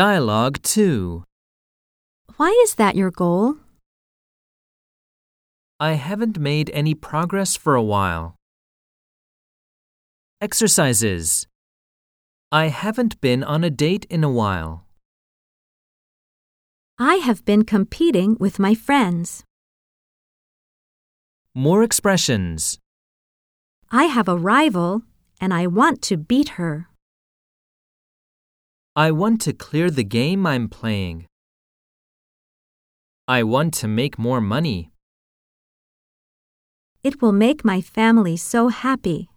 Dialogue 2. Why is that your goal? I haven't made any progress for a while. Exercises. I haven't been on a date in a while. I have been competing with my friends. More expressions. I have a rival and I want to beat her. I want to clear the game I'm playing. I want to make more money. It will make my family so happy.